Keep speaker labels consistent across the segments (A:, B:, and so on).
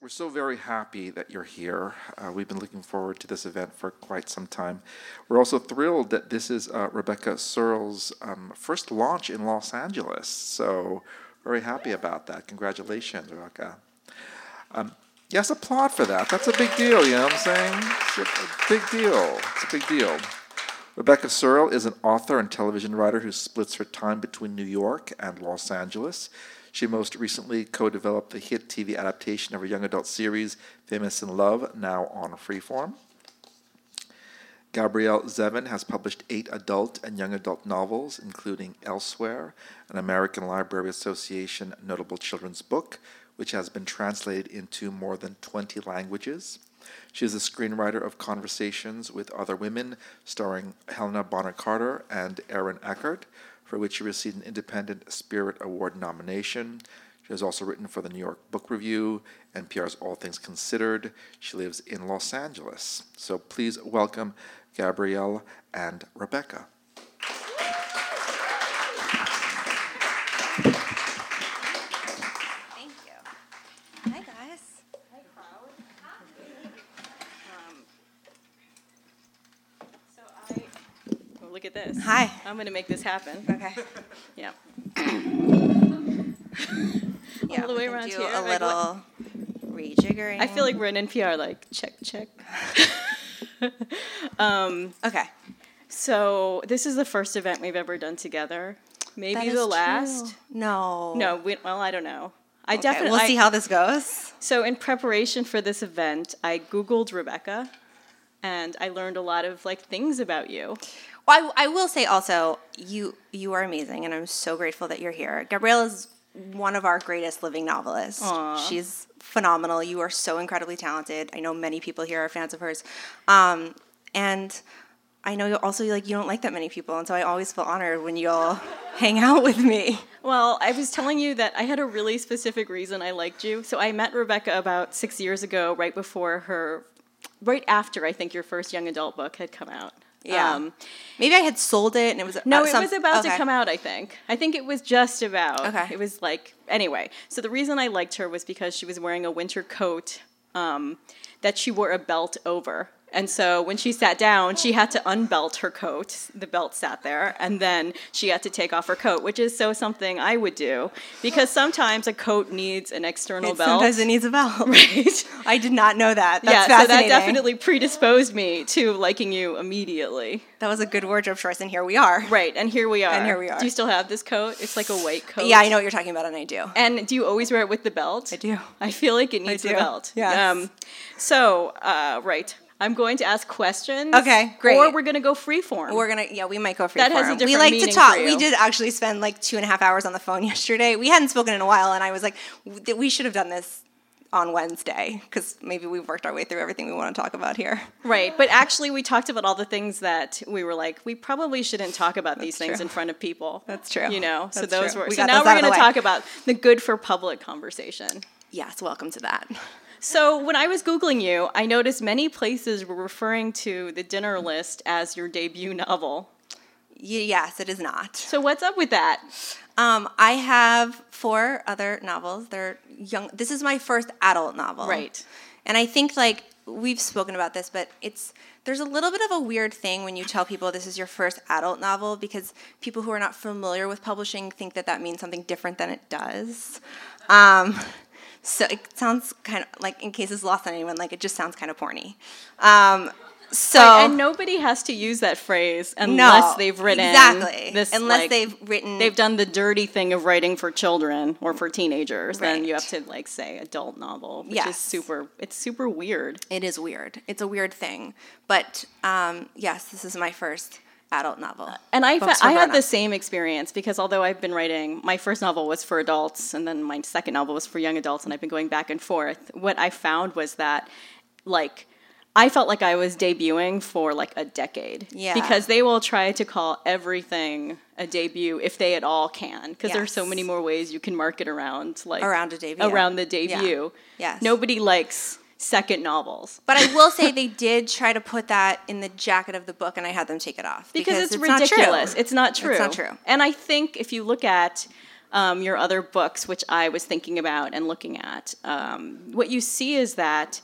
A: We're so very happy that you're here. Uh, we've been looking forward to this event for quite some time. We're also thrilled that this is uh, Rebecca Searle's um, first launch in Los Angeles. So, very happy about that. Congratulations, Rebecca. Um, yes, applaud for that. That's a big deal, you know what I'm saying? It's a, a big deal. It's a big deal. Rebecca Searle is an author and television writer who splits her time between New York and Los Angeles. She most recently co developed the hit TV adaptation of her young adult series, Famous in Love, now on Freeform. Gabrielle Zevin has published eight adult and young adult novels, including Elsewhere, an American Library Association notable children's book, which has been translated into more than 20 languages. She is the screenwriter of Conversations with Other Women, starring Helena Bonham Carter and Aaron Eckhart, for which she received an Independent Spirit Award nomination. She has also written for the New York Book Review, NPR's All Things Considered. She lives in Los Angeles. So please welcome Gabrielle and Rebecca.
B: Thank you. Hi, guys.
C: So I, oh, look at this.
B: Hi.
C: I'm going to make this happen.
B: Okay.
C: Yeah.
B: Yeah,
C: the
B: we
C: way
B: can
C: around
B: do
C: here,
B: a
C: like
B: little rejiggering.
C: I feel like we're in NPR, like, check, check.
B: okay.
C: So this is the first event we've ever done together. Maybe
B: That is
C: the last.
B: true. No.
C: No, we, well, I don't know. I
B: Okay,
C: definitely.
B: We'll see how this goes.
C: So, in preparation for this event, I Googled Rebecca and I learned a lot of like things about you.
B: Well, I, I will say also, you you are amazing, and I'm so grateful that you're here. Gabrielle is one of our greatest living novelists. She's phenomenal. You are so incredibly talented. I know many people here are fans of hers, um, and I know you also like you don't like that many people, and so I always feel honored when you'll hang out with me.
C: Well, I was telling you that I had a really specific reason I liked you. So I met Rebecca about six years ago, right before her, right after I think your first young adult book had come out. Um,
B: Yeah. Um, Maybe I had sold it and it was
C: no,
B: uh,
C: it
B: some-
C: was about
B: okay.
C: to come out, I think. I think it was just about.
B: Okay.
C: It was like, anyway. So the reason I liked her was because she was wearing a winter coat um, that she wore a belt over. And so when she sat down, she had to unbelt her coat. The belt sat there. And then she had to take off her coat, which is so something I would do because sometimes a coat needs an external
B: It
C: belt.
B: sometimes it needs a bell.
C: right?
B: I did not know that. That's
C: yeah, so that
B: fascinating.
C: definitely predisposed me to liking you immediately.
B: That was a good wardrobe choice, and here we are.
C: Right, and here we are.
B: And here we are.
C: Do you still have this coat? It's like a white coat.
B: Yeah, I know what you're talking about, and I do.
C: And do you always wear it with the belt? I
B: do.
C: I feel like it needs the
B: do.
C: belt.
B: Yes.
C: Um, so, uh, right. I'm going to ask questions.
B: Okay, great.
C: Or we're going to go freeform.
B: We're gonna, yeah, we might go free.
C: That has a
B: We
C: different
B: like to
C: meaning
B: talk.
C: for you.
B: We did actually spend like two and a half hours on the phone yesterday. We hadn't spoken in a while, and I was like, w- th- we should have done this on Wednesday because maybe we've worked our way through everything we want to talk about here.
C: right. But actually, we talked about all the things that we were like, we probably shouldn't talk about these things
B: true.
C: in front of people.
B: That's true.
C: You know, so
B: That's
C: those
B: true.
C: were.
B: We
C: so
B: got
C: now
B: those out
C: we're
B: of the
C: going to
B: way.
C: talk about the good for public conversation.
B: Yes, welcome to that.
C: So when I was googling you, I noticed many places were referring to the dinner list as your debut novel.
B: Y- yes, it is not.
C: So what's up with that?
B: Um, I have four other novels. They're young. This is my first adult novel.
C: Right.
B: And I think like we've spoken about this, but it's there's a little bit of a weird thing when you tell people this is your first adult novel because people who are not familiar with publishing think that that means something different than it does. Um, so it sounds kind of like, in case it's lost on anyone, like it just sounds kind of porny. Um, so
C: and nobody has to use that phrase unless they've written
B: exactly
C: this,
B: unless
C: like,
B: they've written
C: they've done the dirty thing of writing for children or for teenagers then you
B: Right.
C: have to like say adult novel which
B: Yes.
C: is super it's super weird
B: It is weird. It's a weird thing. But um, yes, this is my first adult novel.
C: Uh, and I,
B: Books
C: fa-
B: for
C: I had the
B: grown-ups.
C: same experience because although I've been writing, my first novel was for adults, and then my second novel was for young adults, and I've been going back and forth. What I found was that, like, I felt like I was debuting for like a decade.
B: Yeah.
C: Because they will try to call everything a debut if they at all can, because there are so
B: Yes.
C: many more ways you can market around like
B: Around a debut.
C: Around the
B: Yeah.
C: debut.
B: Yes.
C: Nobody likes second novels.
B: But I will say they did try to put that in the jacket of the book, and I had them take it off
C: because it's,
B: not true.
C: ridiculous. It's not true.
B: It's not true.
C: And I think if you look at um, your other books, which I was thinking about and looking at, um, what you see is that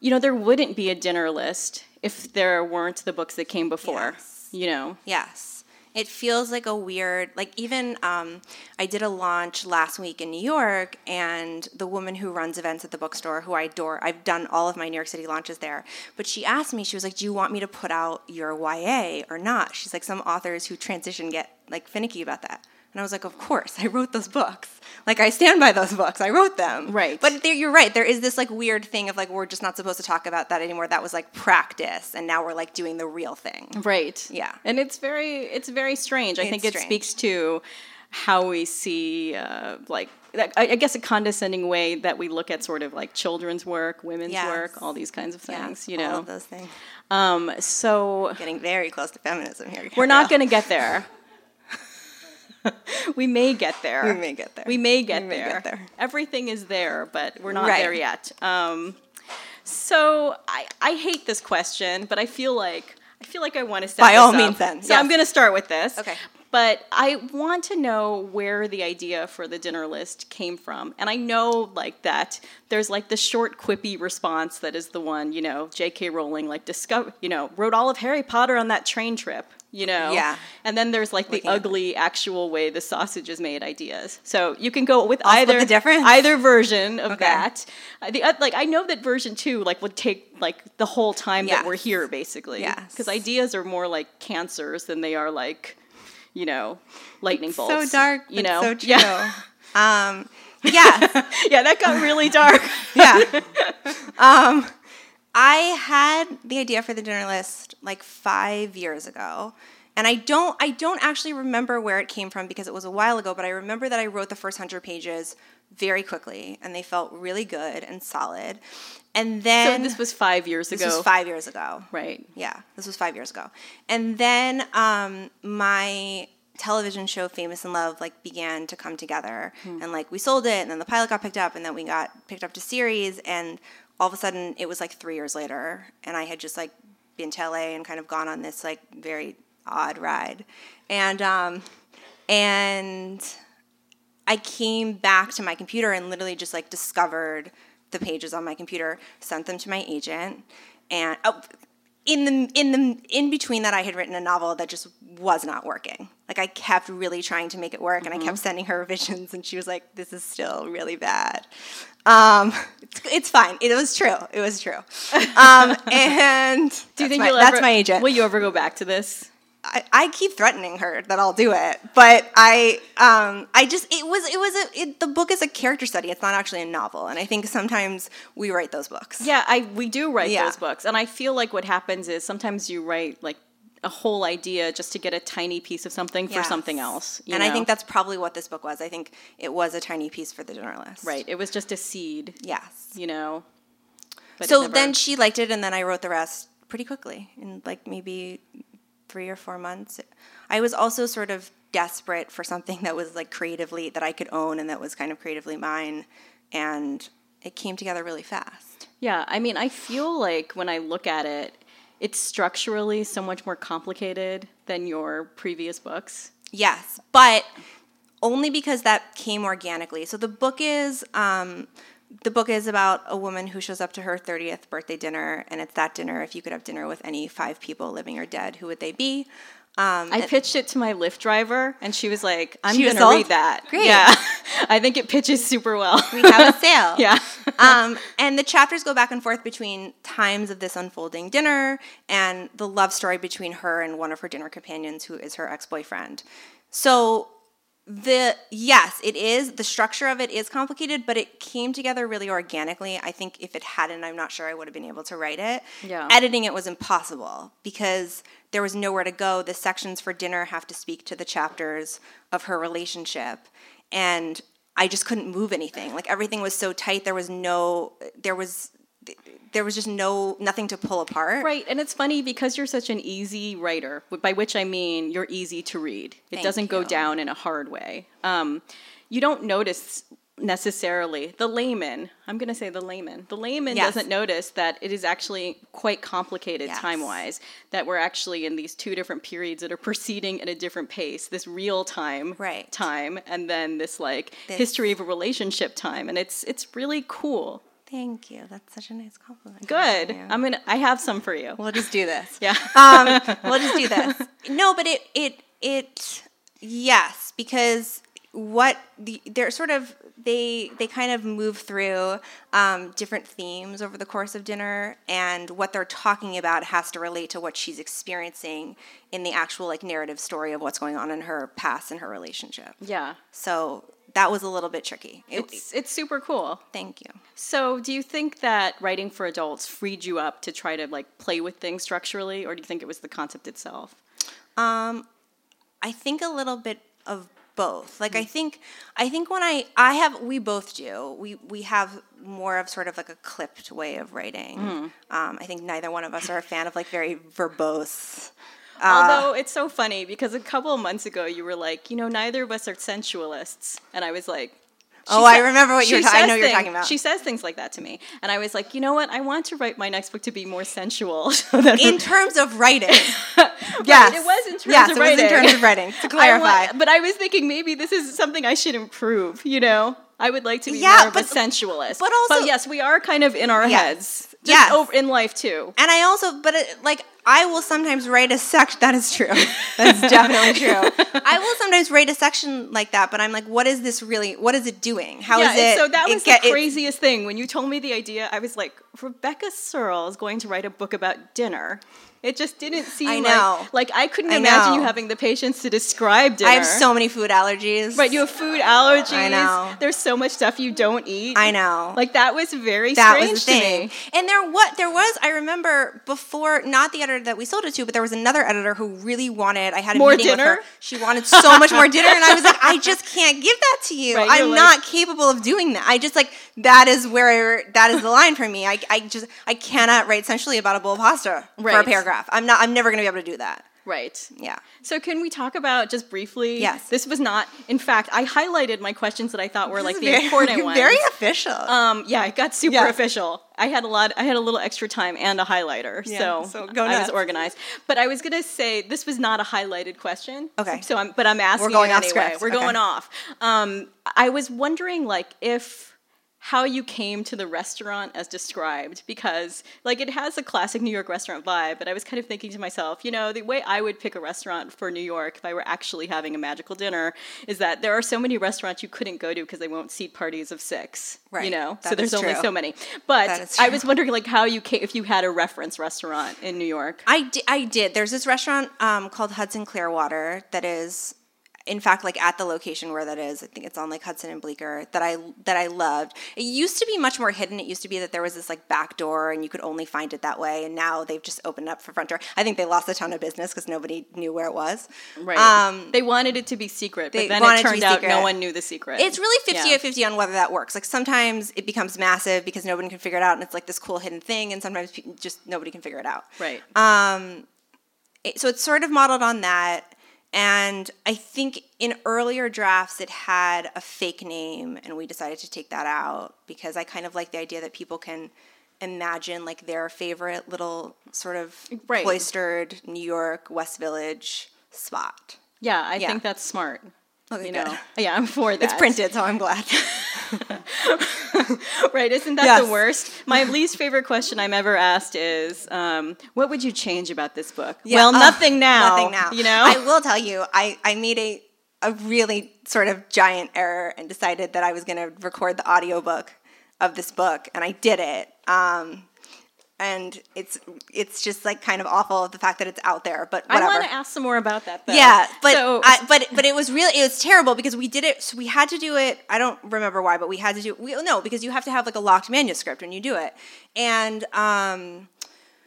C: you know there wouldn't be a dinner list if there weren't the books that came before.
B: Yes.
C: You know,
B: Yes. It feels like a weird, like even um, I did a launch last week in New York, and the woman who runs events at the bookstore, who I adore, I've done all of my New York City launches there. But she asked me, she was like, "Do you want me to put out your YA or not?" She's like, "Some authors who transition get like finicky about that." And I was like, "Of course, I wrote those books. Like I stand by those books. I wrote them.
C: Right.
B: But there, you're right. There is this like weird thing of like we're just not supposed to talk about that anymore. That was like practice, and now we're like doing the real thing.
C: right?
B: Yeah.
C: and it's very it's very strange. I think
B: It's
C: it
B: strange.
C: speaks to how we see uh, like. that- I I guess a condescending way that we look at sort of like children's work, women's
B: Yes.
C: work, all these kinds of
B: Yeah,
C: things, you know.
B: all of those things.
C: Um, so
B: Getting very close to feminism here.
C: We're not
B: Gabrielle.
C: going to get there. we may get there.
B: We may get there.
C: We may get
B: We may
C: there.
B: get there.
C: Everything is there, but we're not
B: Right.
C: there yet. Um, so I, I hate this question, but I feel like I feel like I want to set
B: By
C: this
B: all
C: up.
B: means then,
C: So I'm
B: yes.
C: going to start with this.
B: Okay.
C: But I want to know where the idea for the dinner list came from. And I know like that there's like the short quippy response that is the one, you know, J.K. Rowling like discover, you know, wrote all of Harry Potter on that train trip, you know.
B: Yeah.
C: And then there's like the
B: Looking at
C: ugly actual way the sausage is made ideas. So you can go with
B: split
C: either
B: the difference?
C: either version of
B: Okay.
C: that. Uh, The oth- like I know that version 2 like would take like the whole time that
B: Yes.
C: we're here basically
B: Yes.
C: because ideas are more like cancers than they are like you know, lightning bolts.
B: So dark.
C: you
B: but
C: know.
B: So true.
C: Yeah,
B: Um, yeah.
C: yeah, that got really dark.
B: yeah. Um, I had the idea for the dinner list like five years ago. And I don't, I don't actually remember where it came from because it was a while ago. But I remember that I wrote the first hundred pages very quickly, and they felt really good and solid. And
C: so
B: then
C: this was five years ago.
B: this was five years ago,
C: Right.
B: Yeah, this was five years ago. And then um, my television show Famous in Love like began to come together, and like we sold it, and then the pilot got picked up, and then we got picked up to series, and all of a sudden it was like three years later, and I had just like been to LA and kind of gone on this like very odd ride, and um, and I came back to my computer and literally just like discovered the pages on my computer, sent them to my agent, and oh, in the in the in between that, I had written a novel that just was not working. Like I kept really trying to make it work, and I
C: Mm-hmm.
B: kept sending her revisions, and she was like, "This is still really bad." Um, it's, it's fine. It was true. It was true. Um, and
C: Do you
B: that's
C: think
B: my,
C: you'll
B: that's
C: ever-
B: my agent?
C: Will you ever go back to this?
B: I, I keep threatening her that I'll do it, but I um I just it was it was a it, the book is a character study. It's not actually a novel, and I think sometimes we write those books.
C: Yeah, I we do write
B: Yeah.
C: those books, and I feel like what happens is sometimes you write like a whole idea just to get a tiny piece of something for
B: Yes.
C: something else. you
B: and I
C: know?
B: think that's probably what this book was. I think it was a tiny piece for the dinner list.
C: right. It was just a seed,
B: Yes.
C: you know. But it
B: so
C: never-
B: then she liked it, and then I wrote the rest pretty quickly in like maybe three or four months. I was also sort of desperate for something that was like creatively that I could own and that was kind of creatively mine, and it came together really fast.
C: yeah, I mean, I feel like when I look at it, it's structurally so much more complicated than your previous books.
B: Yes, but only because that came organically. So the book is um, the book is about a woman who shows up to her 30th birthday dinner, and it's that dinner. If you could have dinner with any five people, living or dead, who would they be? Um,
C: I pitched it to my Lyft driver, and she was like, "I'm
B: She was
C: going to
B: sold?
C: read that."
B: Great.
C: Yeah, I think it pitches super well.
B: we have a sale.
C: yeah.
B: um, and the chapters go back and forth between times of this unfolding dinner and the love story between her and one of her dinner companions, who is her ex boyfriend. So, the yes, it is the structure of it is complicated, but it came together really organically. I think if it hadn't, I'm not sure I would have been able to write it.
C: Yeah.
B: editing it was impossible because there was nowhere to go. The sections for dinner have to speak to the chapters of her relationship, and I just couldn't move anything. Like everything was so tight. There was no, there was th- there was just no nothing to pull apart.
C: Right, and it's funny because you're such an easy writer, wh- by which I mean you're easy to read. It
B: Thank
C: doesn't go
B: you.
C: down in a hard way. Um, you don't notice necessarily the layman. I'm going to say the layman. The layman
B: Yes.
C: doesn't notice that it is actually quite complicated
B: Yes.
C: time wise. That we're actually in these two different periods that are proceeding at a different pace. This real time
B: Right.
C: time, and then this like
B: This-
C: history of a relationship time, and it's it's really cool.
B: Thank you. That's such a nice compliment.
C: Good.
B: Yeah.
C: I'm gonna. I have some for you.
B: We'll just do this.
C: Yeah.
B: Um, we'll just do this. No, but it it it yes because what the, they're sort of they they kind of move through um, different themes over the course of dinner and what they're talking about has to relate to what she's experiencing in the actual like narrative story of what's going on in her past and her relationship
C: Yeah.
B: so that was a little bit tricky It-
C: It's it's super cool.
B: thank you
C: So, do you think that writing for adults freed you up to try to like play with things structurally or do you think it was the concept itself?
B: I think a little bit of both. Like I
C: Hmm.
B: think I think when I I have we both do. We we have more of sort of like a clipped way of writing.
C: Hmm.
B: Um, I think neither one of us are a fan of like very verbose. Uh,
C: Although it's so funny because a couple of months ago you were like, you know, neither of us are sensualists and I was like she
B: Oh, I
C: sa-
B: remember what you're
C: she
B: ta- I
C: says
B: know what you're
C: thing-
B: talking about.
C: She says things like that to me. And I was like, you know what? I want to write my next book to be more sensual. So that
B: In terms of writing,
C: Right,
B: yes,
C: it was in terms
B: yes,
C: of
B: it was in
C: writing.
B: terms of writing. To
C: I
B: clarify,
C: want- but I was thinking maybe this is something I should improve, you know? I would like to be
B: Yeah,
C: more of
B: but-
C: a sensualist.
B: but also-
C: yes, we are kind of in our
B: Yes.
C: heads. Just
B: Yes.
C: over in life too.
B: And I also, but it, like, I will sometimes write a section. That is true. That's definitely true. I will sometimes write a section like that, but I'm like, what is this really? What is it doing? How is
C: yeah, and
B: it?
C: so that
B: it
C: was
B: get-
C: the
B: it-
C: craziest thing. When you told me the idea, I was like, Rebecca Searle is going to write a book about dinner. It just didn't seem
B: I
C: like-
B: know.
C: Like, I couldn't
B: I
C: imagine you
B: know.
C: having the patience to describe dinner.
B: I have so many food allergies.
C: Right, you have food allergies.
B: I know.
C: There's so much stuff you don't eat.
B: I know.
C: Like that was very
B: that
C: strange
B: was the thing.
C: to me.
B: And there what there was, I remember before not the editor that we sold it to, but there was another editor who really wanted I had a
C: More
B: meeting with
C: dinner?
B: her. She wanted so much more dinner and I was like, I just can't give that to you.
C: Right, you're
B: I'm
C: like-
B: not capable of doing that. I just like that is where that is the line for me. I, I just I cannot write sensually about a bowl of pasta for a
C: Right.
B: paragraph. I'm not I'm never gonna be able to do that.
C: Right.
B: Yeah.
C: So can we talk about just briefly?
B: Yes.
C: This was not. In fact, I highlighted my questions that I thought were like
B: This
C: the
B: is very,
C: important ones.
B: Very official.
C: Um, yeah, it got super
B: Yeah.
C: official. I had a lot. I had a little extra time and a highlighter,
B: Yeah,
C: so,
B: so go
C: I was
B: nuts.
C: organized. But I was gonna say this was not a highlighted question.
B: Okay.
C: So, I'm, but I'm asking.
B: We're going
C: it
B: off
C: anyway.
B: script.
C: We're
B: Okay.
C: going off. Um, I was wondering, like, if how you came to the restaurant as described because like it has a classic new york restaurant vibe but i was kind of thinking to myself you know the way i would pick a restaurant for new york if i were actually having a magical dinner is that there are so many restaurants you couldn't go to because they won't seat parties of six
B: Right.
C: you know
B: That
C: so there's
B: is
C: only
B: true.
C: so many
B: That
C: but
B: is
C: i
B: true.
C: was wondering like how you came if you had a reference restaurant in new york
B: I, di- I did. There's this restaurant um, called Hudson Clearwater that is, in fact, like at the location where that is. I think it's on like Hudson and Bleecker that I that I loved. It used to be much more hidden. It used to be that there was this like back door and you could only find it that way. And now they've just opened up for front door. I think they lost a ton of business because nobody knew where it was. Um,
C: they wanted it to be secret
B: they
C: but then
B: wanted
C: it
B: it to
C: turned
B: be
C: out
B: secret.
C: no one knew the secret
B: it's really 50
C: Yeah.
B: 50 on whether that works. Like sometimes it becomes massive because no one can figure it out and it's like this cool hidden thing, and sometimes pe- just nobody can figure it out.
C: right
B: Um, it- so it's sort of modeled on that and i think in earlier drafts it had a fake name and we decided to take that out because i kind of like the idea that people can imagine like their favorite little sort of
C: Right.
B: cloistered new york west village spot
C: yeah i
B: yeah.
C: think that's smart
B: okay
C: you
B: good.
C: know yeah i'm for that
B: it's printed so i'm glad
C: Right, isn't that
B: Yes.
C: the worst? My least favorite question I'm ever asked is, um, what would you change about this book? well,
B: Yeah.
C: nothing
B: Ugh,
C: now.
B: Nothing now.
C: You know?
B: I will tell you, I, I made a, a really sort of giant error and decided that I was going to record the audiobook of this book, and I did it. Um, and it's it's just like kind of awful the fact that it's out there, but
C: I
B: whatever.
C: want to ask some more about that though.
B: Yeah, but
C: so,
B: I, but but it was really it was terrible because we did it. So we had to do it. I don't remember why, but we had to do. We no because you have to have like a locked manuscript when you do it, and um,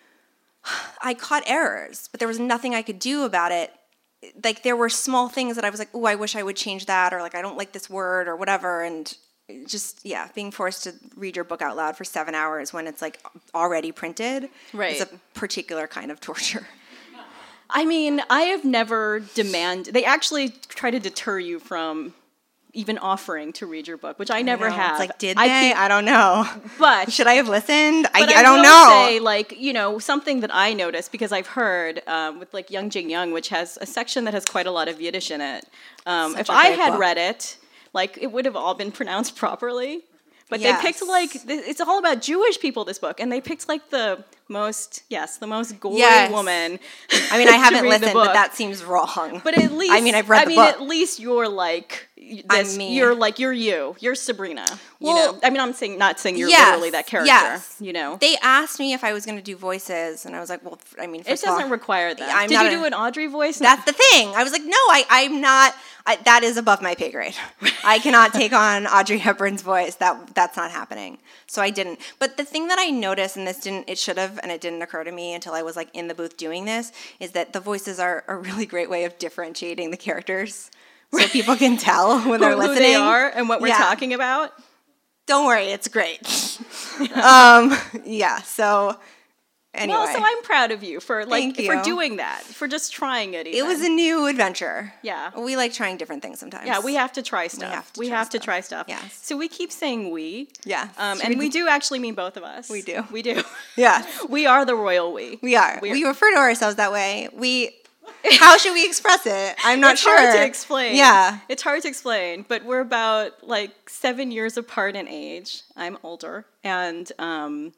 B: I caught errors, but there was nothing I could do about it. Like there were small things that I was like, oh, I wish I would change that, or like I don't like this word or whatever, and just yeah, being forced to read your book out loud for seven hours when it's like already printed
C: Right.
B: is a particular kind of torture.
C: I mean, I have never demand. They actually try to deter you from even offering to read your book, which I never
B: You know,
C: have.
B: It's like did
C: I
B: they?
C: keep-
B: I don't know.
C: but
B: Should I have listened? I,
C: But
B: I, don't
C: will
B: know.
C: Say, like you know, something that I noticed because I've heard um, with like Young Jing Young, which has a section that has quite a lot of Yiddish in it. Um,
B: Such
C: if
B: a
C: I
B: great
C: had
B: book.
C: read it, like it would have all been pronounced properly. But they picked
B: Yes.
C: like th- it's all about Jewish people. This book, and they picked like the most yes, the most gory
B: Yes.
C: woman.
B: I mean, I
C: to
B: haven't
C: read the
B: listened, but
C: book.
B: that seems wrong.
C: But at least
B: I mean, I've read
C: I
B: the
C: mean,
B: book.
C: at least you're like y-
B: I'm
C: this.
B: me.
C: You're like you're you. You're Sabrina. You
B: Well-
C: know? I mean, I'm saying not saying you're
B: Yes,
C: literally that character.
B: yes.
C: You know,
B: They asked me if I was going to do voices, and I was like, well, f- I mean,
C: it
B: first of all,
C: doesn't require that.
B: I'm
C: Did
B: not
C: you
B: a-
C: do an Audrey voice?
B: That's the thing. I was like, no, I, I'm not. I, that is above my pay grade. I cannot take on Audrey Hepburn's voice. That that's not happening. So I didn't. But the thing that I noticed, and this didn't, it should have, and it didn't occur to me until I was like in the booth doing this, is that the voices are a really great way of differentiating the characters, so people can tell when they're
C: who
B: listening.
C: they are and what we're
B: Yeah.
C: talking about.
B: Don't worry, it's great. um, yeah. So anyway,
C: Well, so I'm proud of you for like
B: Thank
C: for
B: you.
C: doing that, for just trying it.
B: it
C: Even.
B: was a new adventure.
C: Yeah.
B: we like trying different things sometimes.
C: yeah. We have to try stuff. We have to, try, stuff.
B: Yes.
C: So we keep saying we.
B: Yes.
C: Um,
B: Should
C: and
B: we
C: we do actually mean both of us. We
B: do.
C: We do.
B: Yeah.
C: we are the royal we.
B: We are.
C: We
B: We,
C: are-
B: refer to ourselves that way. We. How should we express it? I'm not
C: it's
B: sure.
C: hard to explain.
B: Yeah.
C: It's hard to explain, but we're about like seven years apart in age. I'm older. And um,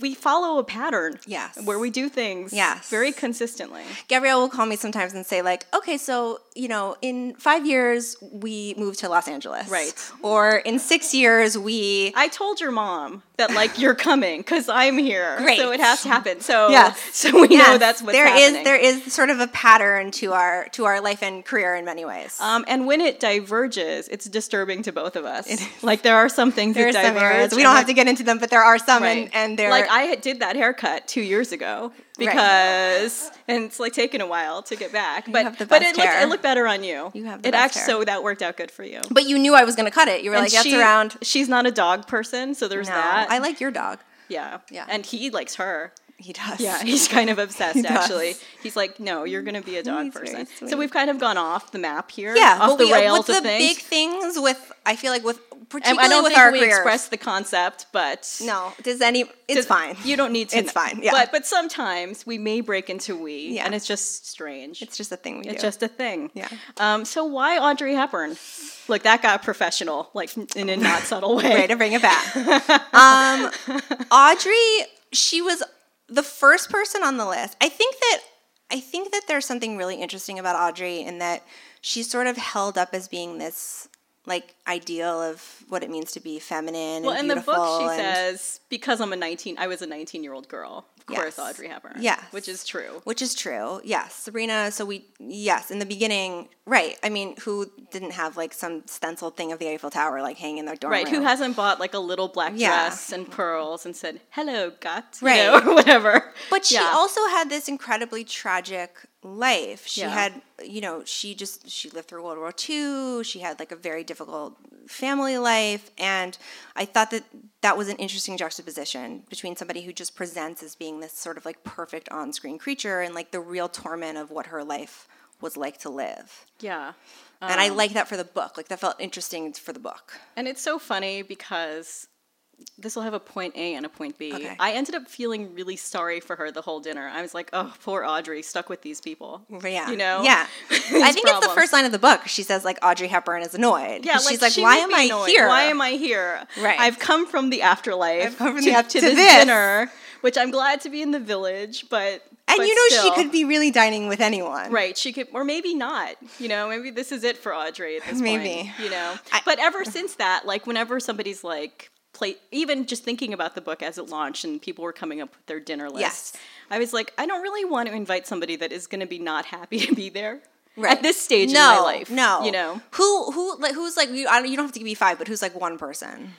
C: we follow a pattern.
B: Yes.
C: Where we do things
B: Yes.
C: very consistently.
B: Gabrielle will call me sometimes and say like, "Okay, so you know, in five years we move to Los Angeles,
C: Right.
B: Or in six years we."
C: I told your mom that like you're coming because I'm here.
B: Great.
C: So it has to happen. So
B: Yes.
C: so we know
B: Yes,
C: that's what's
B: there is-
C: happening.
B: There is sort of a pattern to our to our life and career in many ways.
C: um, and when it diverges, it's disturbing to both of us. Like there are some things
B: there are
C: that
B: some
C: diverge.
B: areas we
C: and,
B: don't
C: like,
B: have to get into them, but there are some,
C: Right.
B: and, and they're
C: like I had- did that haircut two years ago because and it's like taken a while to get back, but
B: have the
C: but
B: best
C: it looked
B: hair.
C: it looked better on you.
B: You have the
C: it
B: best
C: act-
B: hair.
C: so that worked out good for you.
B: But you knew I was going to cut it. You were
C: And
B: like, "That's
C: she-
B: around."
C: She's not a dog person, so there's
B: No,
C: that.
B: I like your dog.
C: yeah
B: Yeah.
C: and he likes her.
B: He does.
C: Yeah, he's kind of obsessed.
B: does.
C: actually, he's like, no, you're going to be a dog
B: He's very
C: person.
B: sweet.
C: So we've kind of gone off the map here.
B: yeah,
C: off
B: but
C: the
B: we,
C: rails
B: what's
C: of
B: the
C: things.
B: big things with I feel like with
C: and
B: particularly
C: I don't
B: with
C: think
B: our
C: we
B: careers.
C: expressed the concept, but
B: no, does any? It's
C: Does-
B: fine.
C: You don't need to.
B: It's
C: know.
B: fine, yeah.
C: But but sometimes we may break into we,
B: Yeah.
C: and it's just strange.
B: It's just a thing we do.
C: It's just a thing.
B: Yeah.
C: Um. So why Audrey Hepburn? Like that got professional, like in a not subtle way.
B: way to bring it back. um, Audrey, she was the first person on the list. I think that I think that there's something really interesting about Audrey in that she's sort of held up as being this like ideal of what it means to be feminine.
C: well,
B: and
C: in the book, she
B: beautiful and-
C: says, "Because I'm a 19, I was a 19 year old girl." Of course,
B: Yes.
C: Audrey Hepburn.
B: Yes.
C: Which is true.
B: Which is true. Yes. Sabrina, so we, yes, in the beginning, right. I mean, who didn't have like some stenciled thing of the Eiffel Tower like hanging in their dorm
C: Right,
B: room?
C: who hasn't bought like a little black
B: Yeah.
C: dress and pearls and said "Hello, Gut," you
B: Right.
C: know, or whatever?
B: But she
C: Yeah.
B: also had this incredibly tragic life. She
C: Yeah.
B: had, you know, she just she lived through World War II. She had like a very difficult family life, and I thought that that was an interesting juxtaposition between somebody who just presents as being this sort of like perfect on-screen creature and like the real torment of what her life was like to live.
C: yeah,
B: and I like that for the book. Like that felt interesting for the book.
C: And it's so funny because this will have a point A and a point B. I
B: Okay.
C: ended up feeling really sorry for her the whole dinner. I was like, oh, poor Audrey, stuck with these people.
B: Yeah.
C: You know?
B: Yeah. I
C: These
B: think it's the
C: problems.
B: first line of the book. She says like Audrey Hepburn is annoyed.
C: Yeah,
B: she's like,
C: she
B: why
C: would
B: am
C: be
B: I
C: annoyed.
B: here?
C: Why am I here?
B: Right.
C: I've come from the afterlife
B: I've come from
C: to,
B: the af-
C: to
B: to
C: this,
B: this.
C: dinner, which I'm glad to be in the village, but
B: And
C: but
B: you know
C: still.
B: she could be really dining with anyone.
C: Right, she could, or maybe not. You know, maybe this is it for Audrey at this
B: Maybe.
C: point. You know,
B: I-
C: but ever since that, like whenever somebody's like play, even just thinking about the book as it launched and people were coming up with their dinner list,
B: Yes.
C: I was like, I don't really want to invite somebody that is going to be not happy to be there
B: Right.
C: at this stage
B: no,
C: in my life.
B: No.
C: you know,
B: Who who like who's like you, I don't, you don't have to give me five, but who's like one person?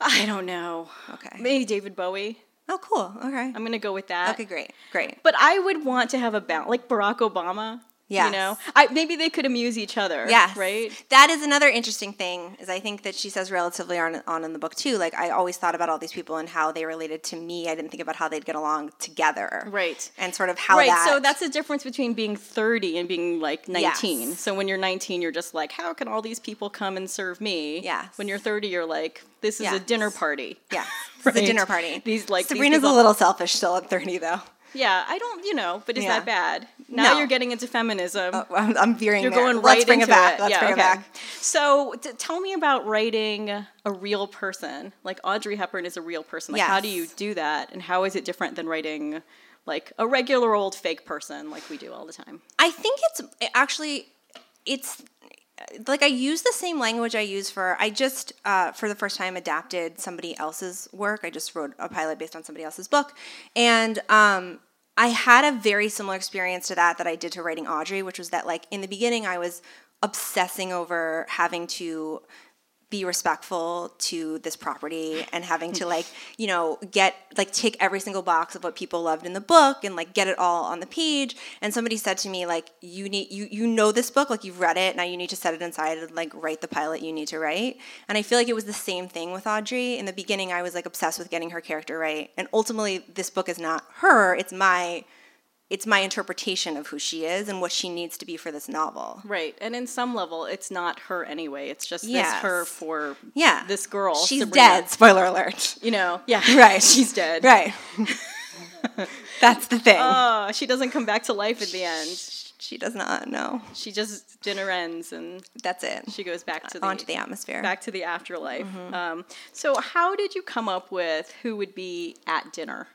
C: I don't know.
B: Okay.
C: maybe David Bowie.
B: Oh cool. Okay.
C: I'm going to go with that.
B: okay, great. Great.
C: But I would want to have a balance, like Barack Obama.
B: Yes.
C: You know, I, maybe they could amuse each other.
B: Yes.
C: Right.
B: That is another interesting thing is I think that she says relatively on on in the book too. Like I always thought about all these people and how they related to me. I didn't think about how they'd get along together.
C: Right.
B: And sort of how
C: right.
B: that
C: So that's the difference between being 30 and being like 19.
B: Yes.
C: So when you're 19, you're just like, how can all these people come and serve me?
B: Yes.
C: When you're 30, you're like, this is a
B: Yes.
C: dinner party.
B: yeah.
C: Right.
B: It's a dinner party.
C: These, like, these
B: Serena's
C: people-
B: a little selfish still at 30 though.
C: Yeah. I don't, you know, but is
B: Yeah.
C: that bad? Now
B: No.
C: you're getting into feminism.
B: I'm, I'm veering
C: You're
B: there.
C: going
B: Let's
C: right
B: bring
C: into
B: it back.
C: it.
B: Let's
C: yeah,
B: bring
C: okay.
B: it back.
C: So t- tell me about writing a real person. Like Audrey Hepburn is a real person. Like how do you
B: Yes.
C: do that, and how is it different than writing like a regular old fake person like we do all the time?
B: I think it's actually it's like I use the same language I use for I just uh, for the first time adapted somebody else's work. I just wrote a pilot based on somebody else's book, and um, I had a very similar experience to that that I did to writing Audrey, which was that like in the beginning I was obsessing over having to be respectful to this property and having to like you know get like take every single box of what people loved in the book and like get it all on the page and somebody said to me like you need you you know this book like you've read it now you need to set it inside and like write the pilot you need to write and i feel like it was the same thing with audrey in the beginning i was like obsessed with getting her character right and ultimately this book is not her it's my it's my interpretation of who she is and what she needs to be for this novel
C: Right, and in some level, it's not her anyway. It's just
B: Yes.
C: this her for
B: yeah
C: this girl.
B: she's
C: Sabrina.
B: dead spoiler alert
C: You know, yeah,
B: Right.
C: She's dead.
B: Right. That's the thing.
C: Oh, she doesn't come back to life at the end.
B: she does not know.
C: She just dinner ends and
B: That's it.
C: she goes back to the
B: Onto the Mm-hmm. atmosphere.
C: back to the afterlife. Um, so, how did you come up with who would be at dinner?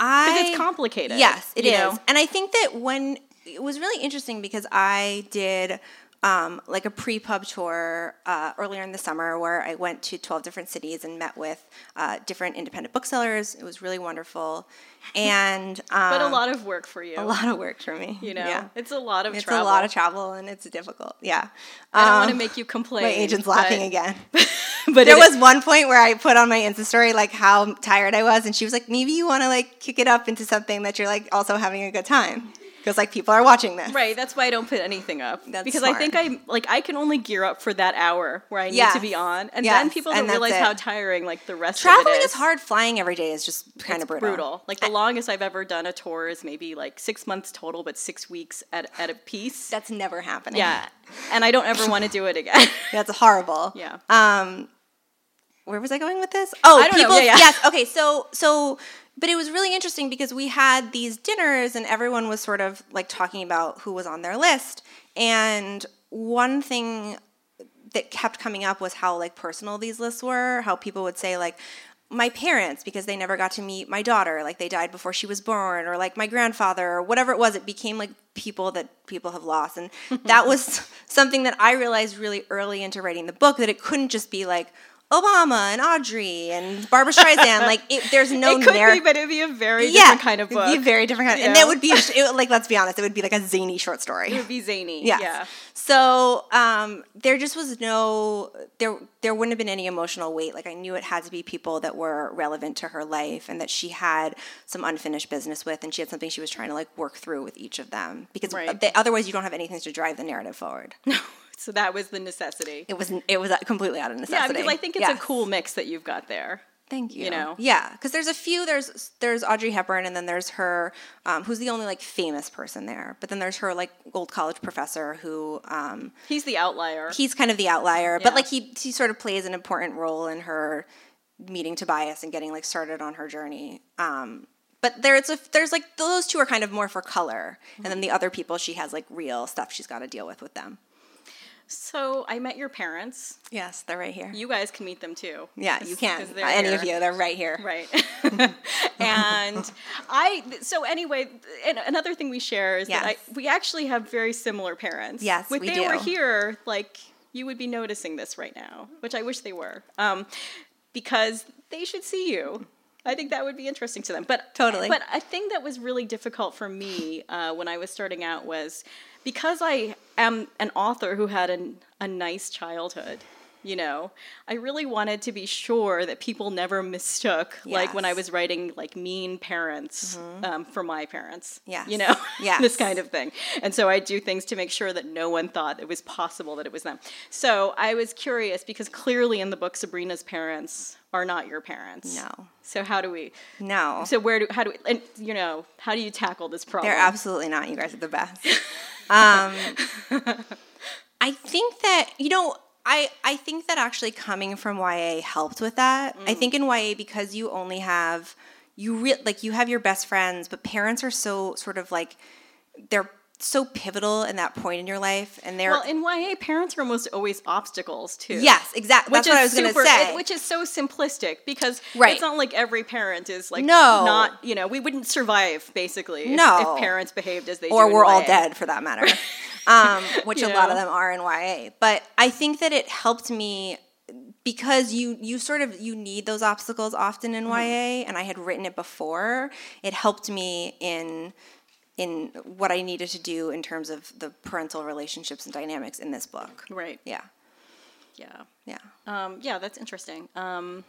B: I,
C: it's complicated,
B: Yes, it
C: you
B: is.
C: know?
B: And I think that when it was really interesting because I did um, like a pre pub tour uh, earlier in the summer where I went to 12 different cities and met with uh, different independent booksellers. It was really wonderful. And um,
C: But a lot of work for you.
B: a lot of work for me.
C: you know,
B: Yeah.
C: it's a lot of
B: It's
C: travel.
B: a lot of travel and it's difficult. Yeah.
C: I don't want to
B: Um,
C: make you complain.
B: My agent's
C: but-
B: laughing again.
C: But
B: there
C: it-
B: was one point where I put on my Insta story like how tired I was, and she was like, "Maybe you want to like kick it up into something that you're like also having a good time, because like people are watching this."
C: Right, that's why I don't put anything up.
B: That's
C: because I
B: smart.
C: think I like I can only gear up for that hour where I need
B: Yes.
C: to be on, and then
B: Yes,
C: people
B: and
C: don't
B: that's
C: realize
B: it.
C: how tiring like the rest of
B: Traveling
C: it
B: is hard. Flying every day is just kind of
C: It's
B: brutal.
C: Like the longest I've ever done a tour is maybe like six months total, but six weeks at at a piece.
B: That's never happening.
C: yeah, and I don't ever want to do it again.
B: That's horrible.
C: Yeah.
B: Um, where was I going with this? Oh,
C: I don't know.
B: people.
C: Yeah, yeah.
B: Yes. Okay. So, so, but it was really interesting because we had these dinners and everyone was sort of like talking about who was on their list. And one thing that kept coming up was how like personal these lists were how people would say like my parents because they never got to meet my daughter like they died before she was born or like my grandfather or whatever it was it became like people that people have lost and that was something that i realized really early into writing the book that it couldn't just be like obama and audrey and barbara streisand like it, there's no
C: it could
B: narr-
C: be, but it'd be a very different kind of book.
B: it'd be a very different kind
C: you
B: and that
C: know?
B: would be a sh- it, would- like let's be honest it would be like a zany short story
C: it would be zany.
B: Yes.
C: Yeah.
B: So um, there just was no there there wouldn't have been any emotional weight. Like I knew it had to be people that were relevant to her life and that she had some unfinished business with, and she had something she was trying to like work through with each of them because
C: Right.
B: they, otherwise you don't have anything to drive the narrative forward.
C: So that was the necessity.
B: It was it was completely out of
C: Yeah,
B: necessity.
C: because I think it's
B: Yes.
C: a cool mix that you've got there.
B: Thank you.
C: you know?
B: Yeah, because there's a few. There's there's Audrey Hepburn, and then there's her, um, who's the only like famous person there. But then there's her like old college professor who um,
C: He's the outlier.
B: he's kind of the outlier,
C: Yeah.
B: but like he he sort of plays an important role in her meeting Tobias and getting like started on her journey. Um, but there's a there's like those two are kind of more for color, and then the other people she has like real stuff she's got to deal with with them.
C: so I met your parents.
B: Yes, they're right here.
C: You guys can meet them too.
B: yeah,
C: 'Cause-
B: you can
C: 'cause
B: uh,
C: they're
B: any of
C: here.
B: you. They're right here.
C: Right. and I, so anyway, and another thing we share is that I,
B: Yes.
C: we actually have very similar parents.
B: Yes,
C: If
B: we
C: they were
B: do.
C: here, like, you would be noticing this right now, which I wish they were, um, because they should see you. I think that would be interesting to them. But
B: Totally.
C: But a thing that was really difficult for me uh, when I was starting out was because I am an author who had an, a nice childhood you know i really wanted to be sure that people never mistook like when i
B: Yes. Mm-hmm.
C: was writing like mean parents um, for my parents
B: Yes.
C: you know
B: Yes.
C: this kind of thing and so i do things to make sure that no one thought it was possible that it was them so i was curious because clearly in the book sabrina's parents are not your parents
B: No.
C: so how do we
B: No.
C: so where do how do we and you know how do you tackle this problem
B: They're absolutely not. You guys are the best. Um, I think that you know. I, I think that actually coming from YA helped with that. I think in YA because you only have you re- like you have your best friends, but parents are so sort of like they're so pivotal in that point in your life, and they're
C: well in YA parents are almost always obstacles too
B: yes, exactly. That's what I was going to
C: super-
B: say.
C: it- which is so simplistic because
B: Right.
C: it's not like every parent is like
B: No.
C: not you know we wouldn't survive basically if-
B: No.
C: if, parents behaved as they do
B: or
C: in
B: we're all
C: YA.
B: dead for that matter, um, which
C: You
B: a lot
C: know?
B: of them are in YA. But I think that it helped me because you you sort of you need those obstacles often
C: Mm-hmm.
B: in YA, and I had written it before. It helped me in in what I needed to do in terms of the parental relationships and dynamics in this book.
C: right
B: Yeah,
C: yeah
B: yeah,
C: um, yeah that's interesting um,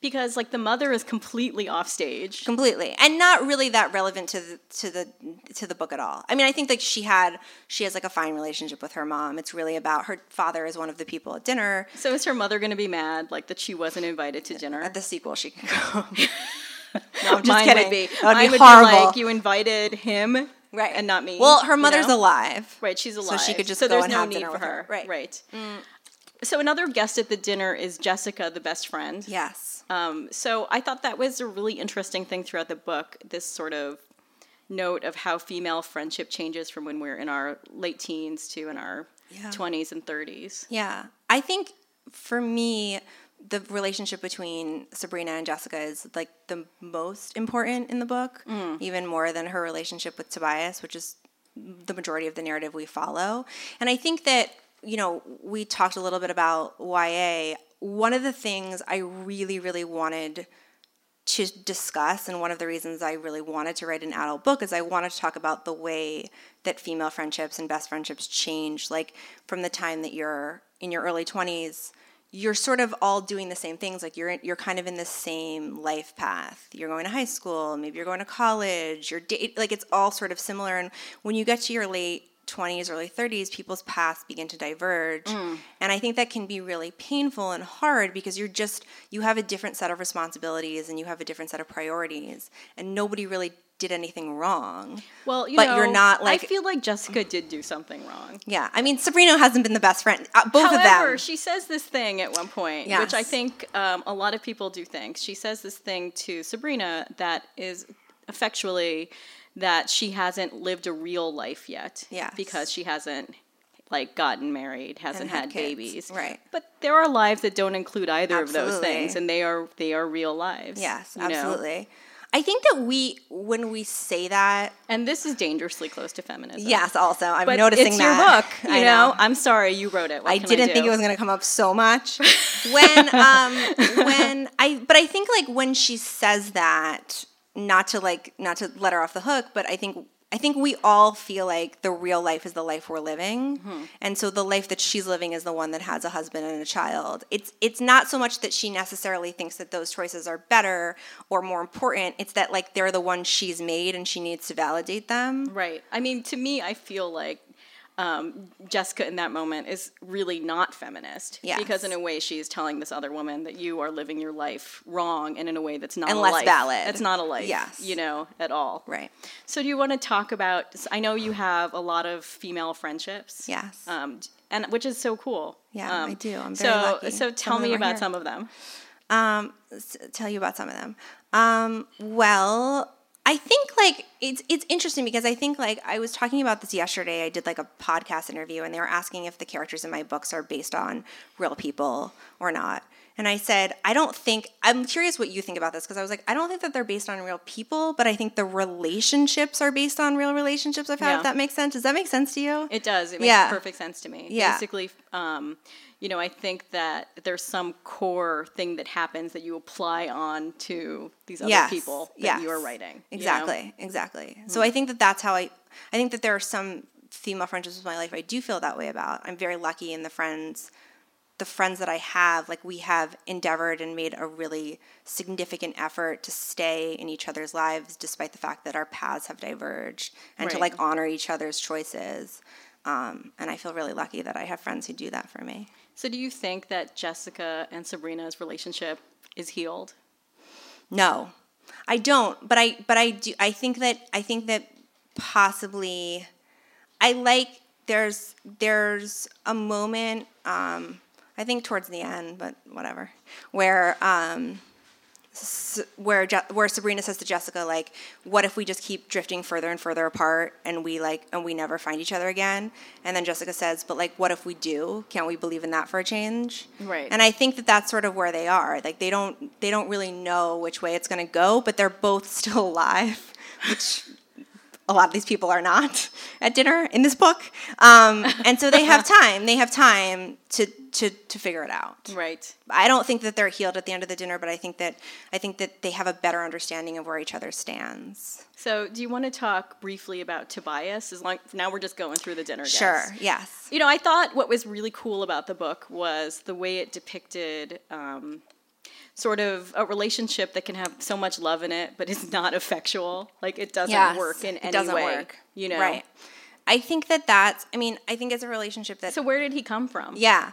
C: because like the mother is completely off stage
B: completely, and not really that relevant to the to the to the book at all. I mean, I think like she had she has like a fine relationship with her mom. It's really about her father is one of the people at dinner.
C: so is her mother going to be mad like that she wasn't invited to dinner
B: At the sequel, she can go. no, I'm just
C: Mine
B: kidding.
C: would be
B: That would
C: Mine
B: be horrible.
C: like you invited him
B: right,
C: and not me
B: Well, her
C: you
B: mother's
C: know?
B: alive.
C: Right, she's
B: she
C: alive.
B: could just
C: so
B: go
C: there's
B: and
C: no
B: have
C: need
B: dinner
C: for
B: with her.
C: her.
B: Right.
C: Right. So another guest at the dinner is Jessica, the best friend.
B: Yes.
C: Um, so I thought that was a really interesting thing throughout the book. This sort of note of how female friendship changes from when we're in our late teens to in our
B: Yeah.
C: twenties and thirties.
B: Yeah. I think for me, the relationship between Sabrina and Jessica is like the most important in the book, even more than her relationship with Tobias, which is the majority of the narrative we follow. And I think that, you know, we talked a little bit about YA. One of the things I really, really wanted to discuss and one of the reasons i really wanted to write an adult book is i wanted to talk about the way that female friendships and best friendships change like from the time that you're in your early 20s you're sort of all doing the same things like you're you're kind of in the same life path you're going to high school maybe you're going to college you're date like it's all sort of similar and when you get to your late 20s early 30s people's paths begin to diverge
C: Mm.
B: and i think that can be really painful and hard because you're just you have a different set of responsibilities and you have a different set of priorities and nobody really did anything wrong
C: Well, you
B: but
C: know,
B: you're not like
C: I feel like Jessica did do something wrong.
B: yeah i mean sabrina hasn't been the best friend uh, both
C: However,
B: of them
C: she says this thing at one point, which I
B: Yes.
C: think um, a lot of people do think. She says this thing to Sabrina that is effectually that she hasn't lived a real life yet.
B: Yes.
C: Because she hasn't like gotten married, hasn't
B: had
C: had,
B: kids,
C: babies.
B: right.
C: But there are lives that don't include either of those
B: Absolutely.
C: things and they are they are real lives.
B: yes
C: you know?
B: absolutely i think that we when we say that
C: And this is dangerously close to feminism.
B: yes also i'm
C: But
B: noticing
C: it's
B: that
C: your book, you know? I'm sorry you wrote it. What
B: I
C: can
B: didn't think
C: do?
B: it was going to come up so much. When um when I but I think like when she says that not to like not to let her off the hook, but I think I think we all feel like the real life is the life we're living.
C: Mm-hmm.
B: And so the life that she's living is the one that has a husband and a child. It's it's not so much that she necessarily thinks that those choices are better or more important. It's that like they're the ones she's made and she needs to validate them.
C: Right. I mean, to me, I feel like um, Jessica in that moment is really not feminist.
B: Yes.
C: Because in a way, she is telling this other woman that you are living your life wrong and in a way that's not
B: And
C: a
B: less
C: life.
B: valid.
C: That's not a life.
B: Yes.
C: You know, at all.
B: Right.
C: So, do you want to talk about? I know you have a lot of female friendships.
B: Yes.
C: Um, and which is so cool.
B: Yeah,
C: Um,
B: I do. I'm
C: so,
B: very lucky.
C: so
B: Some
C: tell
B: of them
C: me
B: are
C: about
B: here.
C: some of them.
B: um, s- tell you about some of them. Um, well, I think like it's it's interesting because I think like I was talking about this yesterday. I did like a podcast interview, and they were asking if the characters in my books are based on real people or not. And I said, I don't think. I'm curious what you think about this because I was like, I don't think that they're based on real people, but I think the relationships are based on real relationships I've had.
C: Yeah.
B: If that makes sense, does that make sense to you?
C: It does. It makes
B: Yeah.
C: perfect sense to me.
B: Yeah.
C: Basically, um, you know, I think that there's some core thing that happens that you apply on to these other
B: Yes,
C: people that you
B: yes.
C: are writing. you know?
B: Exactly, exactly. So I think that that's how I. I think that there are some female friendships in my life I do feel that way about. I'm very lucky in the friends, the friends that I have, like we have endeavored and made a really significant effort to stay in each other's lives, despite the fact that our paths have diverged, and to
C: Right.
B: like honor each other's choices. Um, and I feel really lucky that I have friends who do that for me.
C: So do you think that Jessica and Sabrina's relationship is healed?
B: No, I don't. But I but I do. I think that I think that possibly I like there's there's a moment. Um, I think towards the end, but whatever. Where um, s- where Je- where Sabrina says to Jessica like, "What if we just keep drifting further and further apart, and we like and we never find each other again?" And then Jessica says, "But like, what if we do? Can't we believe in that for a change?"
C: Right.
B: And I think that that's sort of where they are. Like they don't they don't really know which way it's going to go, but they're both still alive, which a lot of these people are not at dinner in this book. Um, and so they have time. They have time to to to figure it out.
C: Right.
B: I don't think that they're healed at the end of the dinner, but I think that I think that they have a better understanding of where each other stands.
C: So do you want to talk briefly about Tobias? As long now we're just going through the dinner. guests.
B: Sure. Yes.
C: You know, I thought what was really cool about the book was the way it depicted um, sort of a relationship that can have so much love in it, but it's not effectual. Like it doesn't
B: Yes.
C: work in
B: It
C: any
B: doesn't
C: way.
B: work.
C: You know.
B: Right. I think that that's. I mean, I think it's a relationship that.
C: So where did he come from?
B: yeah.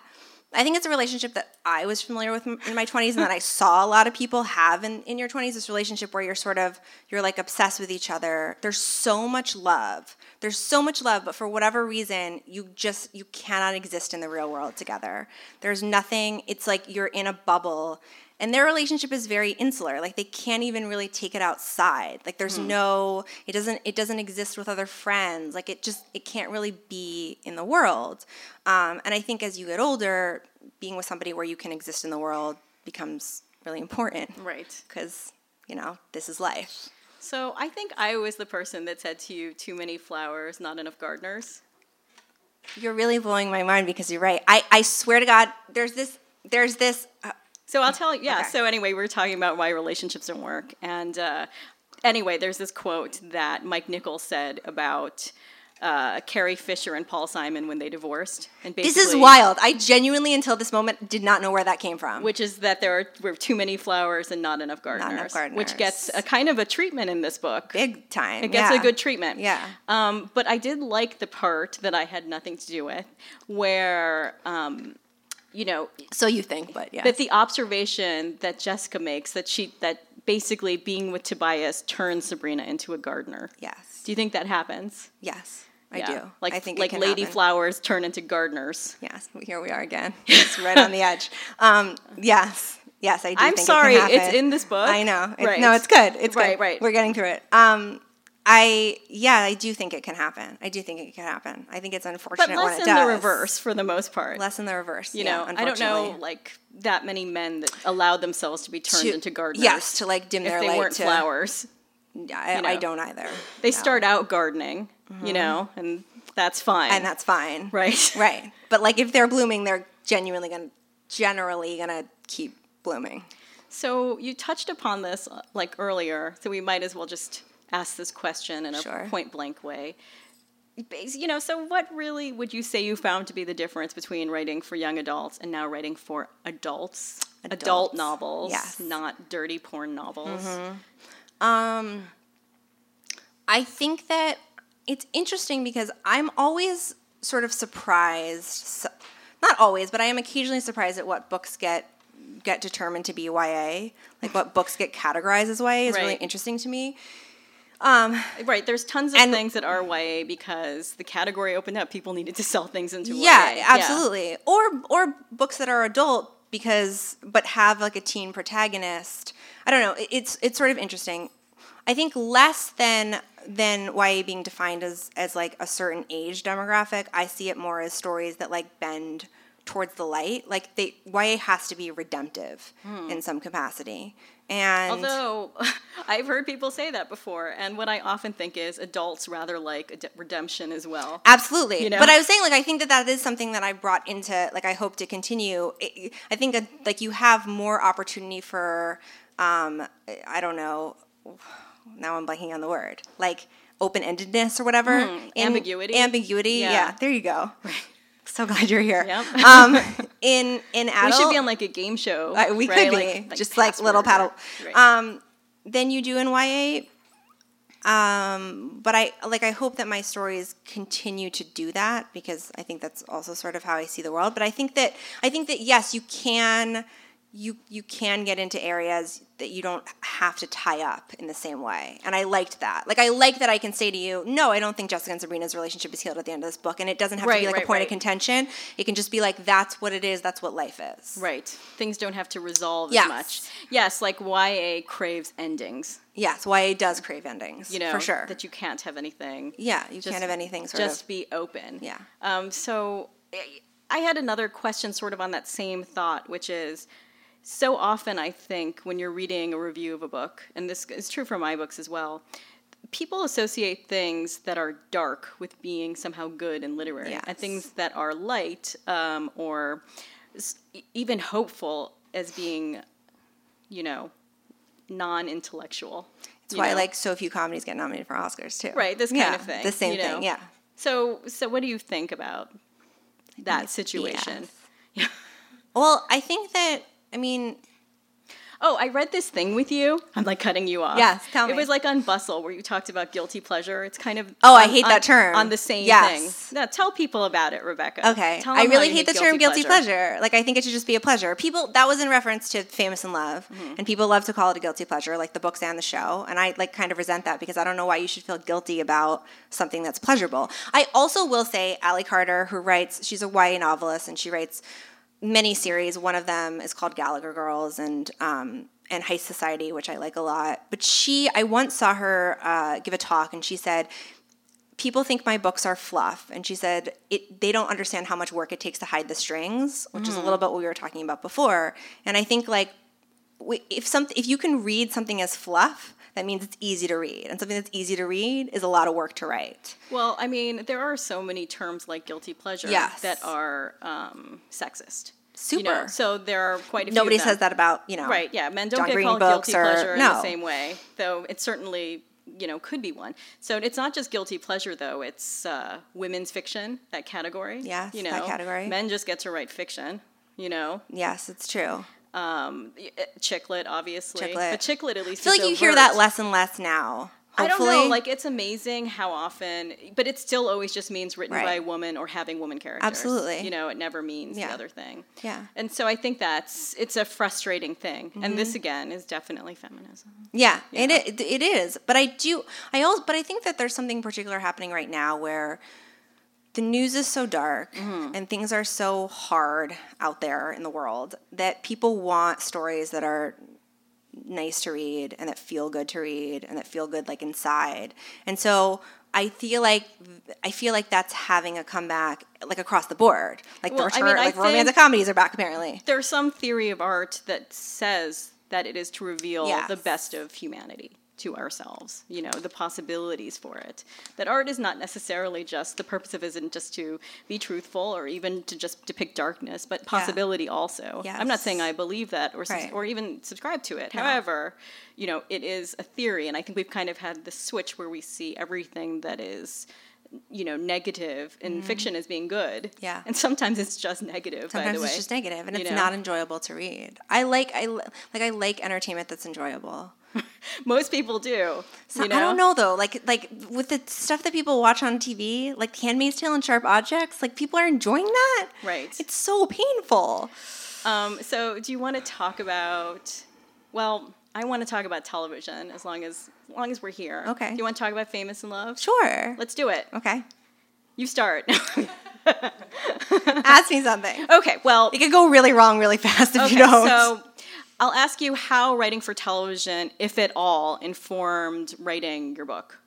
B: I think it's a relationship that I was familiar with in my 20s and that I saw a lot of people have in, in your 20s this relationship where you're sort of you're like obsessed with each other. There's so much love. There's so much love, but for whatever reason, you just you cannot exist in the real world together. There's nothing. It's like you're in a bubble and their relationship is very insular like they can't even really take it outside like
C: Hmm.
B: there's no it doesn't it doesn't exist with other friends like it just it can't really be in the world um, and i think as you get older being with somebody where you can exist in the world becomes really important
C: Right.
B: because you know this is life
C: So I think I was the person that said to you, "Too many flowers, not enough gardeners."
B: you're really blowing my mind because you're right i i swear to god there's this there's this uh,
C: So I'll tell you. Yeah.
B: Okay.
C: So anyway, we we're talking about why relationships don't work, and uh, anyway, there's this quote that Mike Nichols said about uh, Carrie Fisher and Paul Simon when they divorced, and basically,
B: this is wild i genuinely until this moment did not know where that came from
C: Which is that there are, were too many flowers and not enough gardeners,
B: gardeners.
C: which gets a kind of a treatment in this book.
B: big time
C: It gets
B: yeah.
C: a good treatment.
B: Yeah.
C: Um, but I did like the part that I had nothing to do with, where, um, you know,
B: so you think but yeah
C: that the observation that Jessica makes that she that basically being with Tobias turns Sabrina into a gardener.
B: Yes.
C: Do you think that happens?
B: Yes, I
C: Yeah.
B: do.
C: Like
B: I think it
C: like
B: can
C: lady
B: happen.
C: flowers turn into gardeners.
B: Yes, here we are again. It's right on the edge. Um, yes, yes, I do. think
C: I'm
B: it can
C: sorry, it's
B: happen.
C: in this book.
B: I know. It-
C: Right.
B: No, it's good. It's
C: Right,
B: good.
C: right.
B: We're getting through it. Um, I yeah, I do think it can happen. I do think it can happen. I think it's unfortunate
C: But less
B: when it
C: in
B: does.
C: the reverse for the most part.
B: Less in the reverse.
C: you
B: yeah,
C: know, I don't know
B: unfortunately.
C: like that many men that allow themselves to be turned
B: To-
C: into gardeners.
B: Yes, to like dim
C: if
B: their
C: they
B: light
C: weren't
B: to.
C: flowers.
B: I,
C: you
B: I
C: know.
B: don't either.
C: They
B: No.
C: start out gardening, you know, and that's fine.
B: Mm-hmm. and that's fine.
C: right.
B: Right. But like if they're blooming, they're genuinely gonna generally gonna keep blooming.
C: So you touched upon this uh, like earlier, so we might as well just ask this question in a
B: Sure.
C: point blank way. Bas- You know, so what really would you say you found to be the difference between writing for young adults and now writing for adults? Adult
B: Adults.
C: novels,
B: Yes. Mm-hmm.
C: not dirty porn novels.
B: I think that it's interesting because I'm always sort of surprised. so- Not always, but I am occasionally surprised at what books get get determined to be YA. Like what books get categorized as YA is really
C: Right.
B: interesting to me.
C: Uh, Right, there's tons of
B: And-
C: things that are YA because the category opened up, people needed to sell things into YA.
B: Yeah, absolutely. Or or books that are adult because but have like a teen protagonist. I don't know. It- It's it's sort of interesting. I think less than than YA being defined as as like a certain age demographic. I see it more as stories that like bend towards the light. Like they YA has to be redemptive in some capacity. And
C: Hmm. Although I've heard people say that before, and what I often think is adults rather like ad- redemption as well.
B: Absolutely.
C: You know?
B: But I was saying, like, I think that that is something that I brought into, like, I hope to continue. I I think, uh, like, you have more opportunity for, um, I don't know, now I'm blanking on the word, like open endedness or whatever. In-
C: Mm-hmm. ambiguity.
B: Ambiguity. Yeah.
C: Yeah.
B: There you go. So glad you're here.
C: Yep.
B: Um, in in adult,
C: we should be on like a game show.
B: Uh, we
C: right?
B: could be just like little paddle.
C: password, right?
B: Um, than you do in YA. Um, but I like I hope that my stories continue to do that because I think that's also sort of how I see the world. But I think that I think that yes, you can you you can get into areas that you don't have to tie up in the same way. And I liked that. Like I like that I can say to you, no, I don't think Jessica and Sabrina's relationship is healed at the end of this book, and it doesn't have to
C: Right,
B: be like
C: right,
B: a point
C: right.
B: of contention. It can just be like that's what it is. That's what life is.
C: right. Things don't have to resolve
B: Yes.
C: as much. Yes, like YA craves endings.
B: Yes, YA does crave endings.
C: You know,
B: for sure.
C: that you can't have anything.
B: yeah, you
C: Just-
B: can't have anything sort
C: just
B: of.
C: be open.
B: Yeah.
C: Um, so I- I had another question sort of on that same thought, which is so often I think when you're reading a review of a book, and this is true for my books as well, people associate things that are dark with being somehow good and literary,
B: Yes.
C: and things that are light um, or s- e- even hopeful as being, you know, non-intellectual.
B: That's
C: you
B: why
C: know?
B: like so few comedies get nominated for Oscars too.
C: right this kind
B: Yeah,
C: of thing
B: The same
C: you know?
B: thing. Yeah.
C: so so what do you think about that situation
B: Well, I think that I mean
C: oh i read this thing with you i'm like cutting you off
B: Yes, tell
C: it
B: me.
C: was like on bustle where you talked about guilty pleasure it's kind of
B: Oh, I
C: on-
B: hate
C: on-
B: that term.
C: on the same
B: Yes.
C: thing no tell people about it rebecca
B: Okay.
C: Tell
B: I
C: them how
B: really
C: you
B: hate the term guilty
C: pleasure.
B: pleasure. Like I think it should just be a pleasure. People that was in reference to Famous in Love
C: Mm-hmm.
B: and people love to call it a guilty pleasure like the books and the show and I like kind of resent that because I don't know why you should feel guilty about something that's pleasurable. I also will say Allie Carter who writes she's a YA novelist and she writes mini series. One of them is called Gallagher Girls and um, and Heist Society, which I like a lot. But she, I once saw her uh, give a talk, and she said, "People think my books are fluff," and she said, "It they don't understand how much work it takes to hide the strings," which is a
C: Mm.
B: little bit what we were talking about before. And I think like we- if some if you can read something as fluff. That means it's easy to read, and something that's easy to read is a lot of work to write.
C: well i mean there are so many terms like guilty pleasure
B: Yes.
C: that are um, sexist you
B: Super.
C: know? so there are quite a few
B: Nobody
C: of them.
B: says that about you know.
C: Right, yeah. Men don't
B: John
C: get
B: Green
C: called
B: books
C: guilty
B: or-
C: pleasure in the
B: no.
C: same way, though it certainly, you know, could be one. So it's not just guilty pleasure, though. It's uh, women's fiction, that category.
B: Yes,
C: you know,
B: that category.
C: Men just get to write fiction, you know.
B: Yes, it's true.
C: Um, y- uh, chick lit, obviously.
B: Chick lit.
C: But chick lit at least
B: I feel
C: is
B: like you hear that
C: overt.
B: less and less now.
C: I don't
B: Hopefully.
C: know. Like, it's amazing how often, but it still always just means written
B: Right.
C: by a woman or having woman characters.
B: Absolutely.
C: You know, it never means the
B: Yeah.
C: other thing.
B: Yeah.
C: And so I think that's, it's a frustrating thing. And
B: Mm-hmm.
C: this, again, is definitely feminism.
B: yeah, It, it it is. But I do. I also. But I think that there's something particular happening right now where the news is so dark
C: Mm-hmm.
B: and things are so hard out there in the world that people want stories that are nice to read and that feel good to read and that feel good like inside. And so I feel like I feel like that's having a comeback like across the board. Like
C: Well,
B: the
C: I
B: return
C: mean, I
B: like romance
C: think-
B: and comedies are back apparently.
C: there's some theory of art that says that it is to reveal
B: Yes.
C: the best of humanity to ourselves you know the possibilities for it that art is not necessarily just the purpose of it isn't just to be truthful or even to just depict darkness but possibility also i'm not
B: Yes.
C: saying i believe that or, subs-
B: Right.
C: or even subscribe to it however you know it is a theory and i think we've kind of had the switch where we see everything that is you know negative in fiction as being good
B: Mm-hmm. Yeah.
C: and sometimes it's just negative by
B: Sometimes
C: the way
B: it's just negative, and
C: you
B: it's
C: know?
B: not enjoyable to read. I like I li- like I like entertainment that's enjoyable.
C: Most people do.
B: So
C: you know?
B: I don't know though, like like with the stuff that people watch on TV, like *Handmaid's Tale* and *Sharp Objects*, like people are enjoying that.
C: Right.
B: It's so painful.
C: Um, so, do you want to talk about? Well, I want to talk about television as long as, as long as we're here.
B: Okay.
C: Do you want to talk about Famous in Love?
B: Sure.
C: Let's do it.
B: okay.
C: You start.
B: Ask me something.
C: okay. Well,
B: It could go really wrong really fast if
C: okay.
B: you don't.
C: So, I'll ask you how writing for television, if at all, informed writing your book,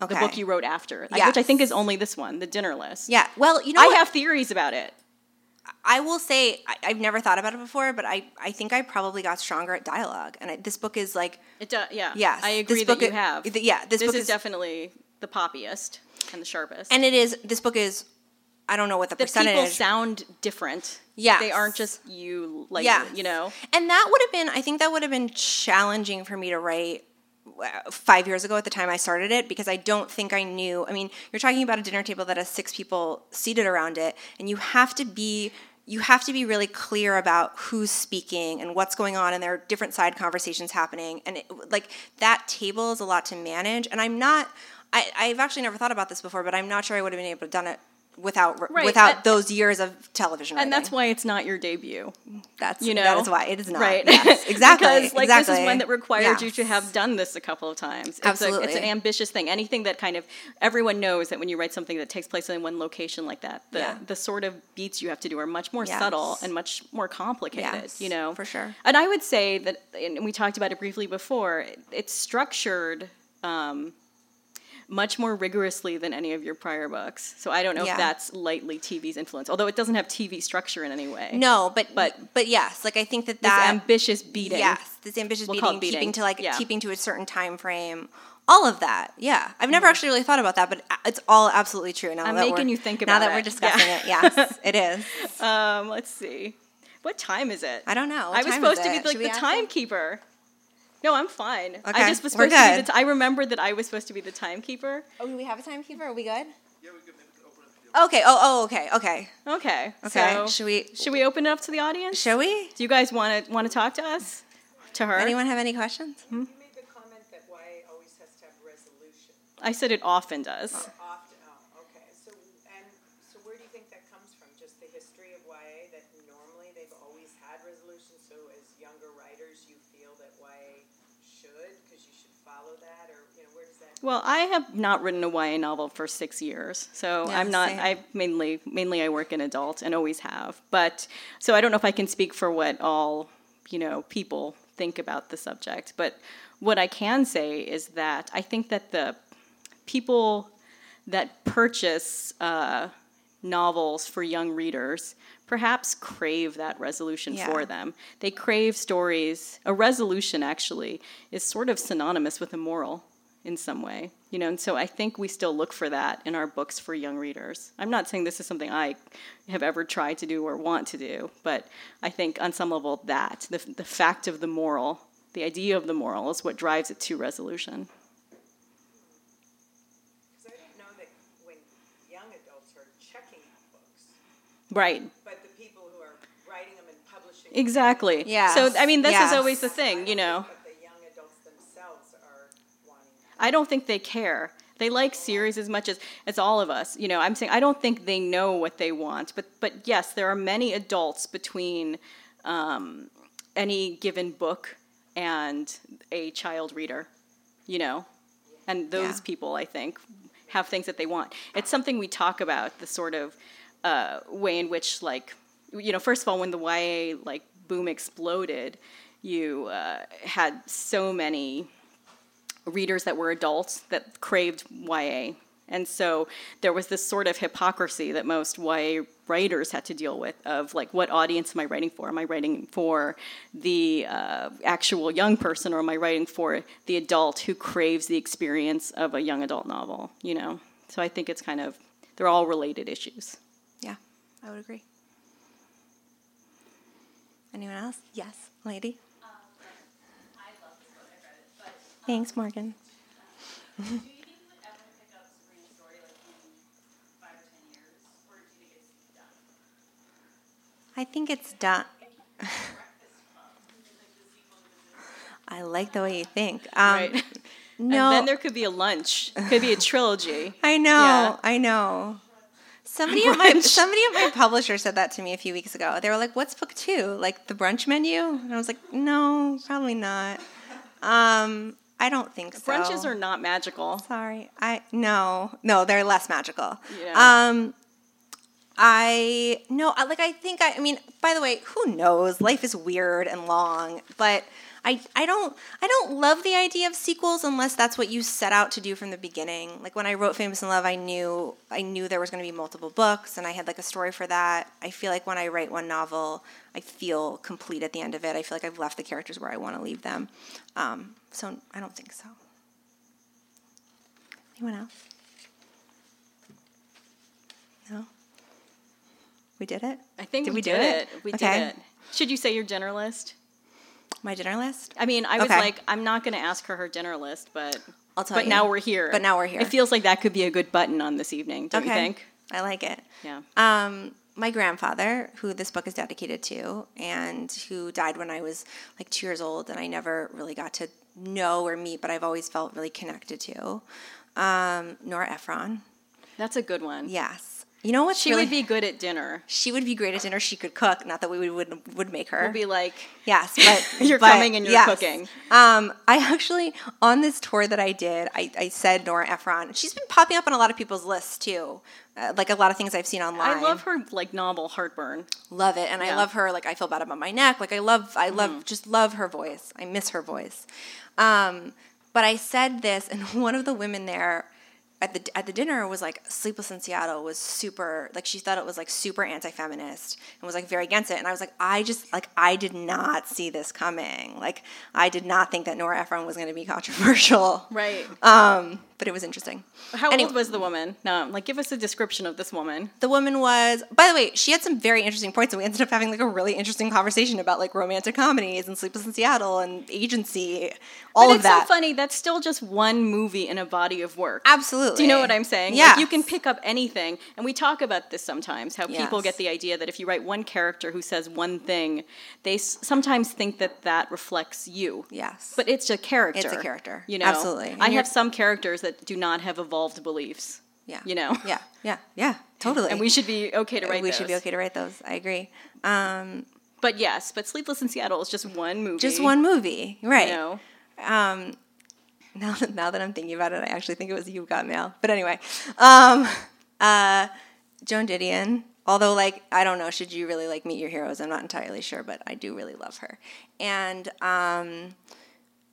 B: okay.
C: the book you wrote after, like, which I
B: Yes.
C: think is only this one, The Dinner List.
B: Yeah. Well, you know,
C: I
B: what?
C: have theories about it.
B: I will say I, I've never thought about it before, but I I think I probably got stronger at dialogue, and I, this book is like
C: It does. Yeah.
B: Yes.
C: I
B: This
C: agree
B: book
C: that you
B: is-
C: have.
B: th- yeah, this book
C: is,
B: is-
C: definitely the poppiest and the sharpest.
B: and it is this book is I don't know what the,
C: the
B: percentage.
C: people sound different.
B: Yes.
C: they aren't just you. Like
B: Yes.
C: you know,
B: And that would have been, I think that would have been challenging for me to write uh, five years ago at the time I started it because I don't think I knew. I mean, you're talking about a dinner table that has six people seated around it, and you have to be you have to be really clear about who's speaking and what's going on and there are different side conversations happening and it, like that table is a lot to manage and i'm not I, i've actually never thought about this before but i'm not sure i would have been able to done it without
C: Right,
B: without
C: and-
B: those years of television
C: and that's
B: writing.
C: why it's not your debut.
B: that's
C: You know,
B: that is why it is not
C: right.
B: yes, exactly
C: because like this is
B: exactly.
C: one that required you
B: Yes.
C: to have done this a couple of times. It's a- it's an
B: Absolutely.
C: ambitious thing. Anything that kind of everyone knows that when you write something that takes place in one location like that, the
B: Yeah.
C: the sort of beats you have to do are much more
B: Yes.
C: subtle and much more complicated.
B: Yes,
C: you know,
B: for sure.
C: And I would say that, and we talked about it briefly before. It's structured. Um, much more rigorously than any of your prior books. So I don't know
B: Yeah.
C: if that's lightly TV's influence, although it doesn't have TV structure in any way.
B: no but
C: but-
B: but but yes like i think that
C: This
B: that
C: ambitious beating.
B: Yes, this ambitious
C: We'll call
B: beating,
C: it beating.
B: keeping to like
C: Yeah.
B: keeping to a certain time frame. All of that, yeah. I've never actually really thought about that, but uh, it's all absolutely true. Now
C: Mm-hmm. I'm
B: that
C: making
B: we're-
C: you think
B: now
C: about
B: that
C: it.
B: we're discussing
C: Yeah.
B: it. Yes, it is.
C: Um, let's see. What time is it?
B: I don't know. What
C: I was
B: time is
C: supposed to be
B: it? Should
C: like
B: we
C: the
B: ask him?
C: timekeeper. No, I'm fine.
B: Okay,
C: I just was
B: we're
C: supposed to be
B: good.
C: the t- I remembered that I was supposed to be the timekeeper.
B: Oh, do we have a timekeeper? Are we good?
A: Yeah, we could maybe open up the
B: Okay. Oh, oh, okay, okay,
C: Okay.
B: okay.
C: So
B: should we?
C: should we open it up to the audience?
B: Shall we?
C: Do you guys want to want to talk to us? To her?
B: Anyone have any questions?
D: You made the comment that YA always has to have resolution.
C: I said it often does.
D: Often, oh, okay. So, and so where do you think that comes from? Just the history of YA that normally they've always had resolution. So, as younger writers, you feel that YA should because you should follow that, or you know, where does that?
C: Well, I have not written a YA novel for six years, so
B: Yeah,
C: I'm not.
B: same.
C: I mainly mainly I work in adult and always have, but so I don't know if I can speak for what all you know people think about the subject. But what I can say is that I think that the people that purchase uh, novels for young readers perhaps crave that resolution
B: Yeah.
C: for them. They crave stories. A resolution actually is sort of synonymous with a moral in some way, you know. And so I think we still look for that in our books for young readers. I'm not saying this is something I have ever tried to do or want to do, but I think on some level that the, the fact of the moral, the idea of the moral, is what drives it to resolution.
D: Because I didn't know that when young adults are checking out books,
C: Right.
D: but the people who are writing them and publishing them,
C: Exactly.
B: Yes.
C: So I mean, this
B: Yes.
C: is always the
D: I
C: thing, you know.
D: don't think that the young adults themselves are wanting that.
C: I don't think they care. They like series as much as as all of us. You know, I'm saying I don't think they know what they want. But but yes, there are many adults between um, any given book and a child reader. You know, and those
B: Yeah.
C: people I think have things that they want. It's something we talk about the sort of uh, way in which like you know first of all when the YA like boom exploded, you uh, had so many readers that were adults that craved YA. And so there was this sort of hypocrisy that most YA writers had to deal with of like, what audience am I writing for? Am I writing for the uh, actual young person or am I writing for the adult who craves the experience of a young adult novel? You know? So I think it's kind of, they're all related issues.
B: Yeah, I would agree. Anyone else? Yes, lady. Thanks, Morgan. I think it's done. I like the way you think. Um,
C: Right.
B: No,
C: And then there could be a lunch, could be a trilogy.
B: I know,
C: Yeah.
B: I know. Somebody at my
C: Brunch.
B: somebody at my publisher said that to me a few weeks ago. They were like, "What's book two? Like the brunch menu?" And I was like, "No, probably not. Um, I don't think so."
C: Brunches are not magical.
B: sorry. I no, no, they're less magical.
C: Yeah.
B: Um, I no, I, like I think I. I mean, by the way, who knows? Life is weird and long, but. I, I don't I don't love the idea of sequels unless that's what you set out to do from the beginning. Like when I wrote Famous in Love, I knew I knew there was going to be multiple books and I had like a story for that. I feel like when I write one novel, I feel complete at the end of it. I feel like I've left the characters where I want to leave them. Um, so I don't think so. Anyone else? No. We did it.
C: I think
B: Did
C: we,
B: we do
C: did
B: it?
C: it. We
B: Okay.
C: did it. Should you say you're generalist?
B: My dinner list?
C: I mean, I was
B: Okay.
C: like, I'm not going to ask her her dinner list, but
B: I'll tell
C: but
B: you.
C: now we're here.
B: But now we're here.
C: It feels like that could be a good button on this evening, don't
B: okay.
C: you think?
B: I like it.
C: Yeah.
B: Um, my grandfather, who this book is dedicated to, and who died when I was like two years old, and I never really got to know or meet, but I've always felt really connected to. Um, Nora Ephron.
C: That's a good one.
B: Yes. You know what?
C: She
B: really-
C: would be good at dinner.
B: She would be great at dinner. She could cook. Not that we would would, would make her.
C: We'll be like,
B: Yes, but
C: You're
B: but-
C: coming and you're cooking.
B: Um, I actually on this tour that I did, I, I said Nora Ephron. She's been popping up on a lot of people's lists too, uh, like a lot of things I've seen online.
C: I love her like novel Heartburn.
B: love it, and I
C: Yeah. Mm-hmm.
B: love her. Like I feel bad about my neck. Like I love, I love, just love her voice. I miss her voice. Um, but I said this, and one of the women there at the at the dinner was like, "Sleepless in Seattle" was super. Like she thought it was like super anti-feminist and was like very against it. And I was like, I just like I did not see this coming. Like I did not think that Nora Ephron was going to be controversial.
C: Right.
B: Um, but it was interesting.
C: Uh, How
B: anyway.
C: old was the woman? No, like give us a description of this woman.
B: the woman was by the way she had some very interesting points and we ended up having like a really interesting conversation about like romantic comedies and sleepless in seattle and agency all
C: but
B: of
C: it's
B: that
C: so funny. That's still just one movie in a body of work.
B: absolutely
C: Do you know what I'm saying?
B: yeah
C: Like you can pick up anything. And we talk about this sometimes how people
B: Yes.
C: get the idea that if you write one character who says one thing, they s- sometimes think that that reflects you.
B: yes
C: But it's a character.
B: It's a character.
C: You know?
B: Absolutely. And
C: I
B: you're-
C: have some characters that do not have evolved beliefs.
B: yeah
C: You know?
B: yeah yeah yeah totally
C: And we should be okay to write
B: we should be
C: those.
B: okay to write those i agree um
C: But yes, but Sleepless in Seattle is just one movie.
B: just one movie
C: You
B: right
C: know?
B: um now that now that i'm thinking about it i actually think it was you've got mail but anyway um uh joan didion although like i don't know should you really like meet your heroes i'm not entirely sure but i do really love her and um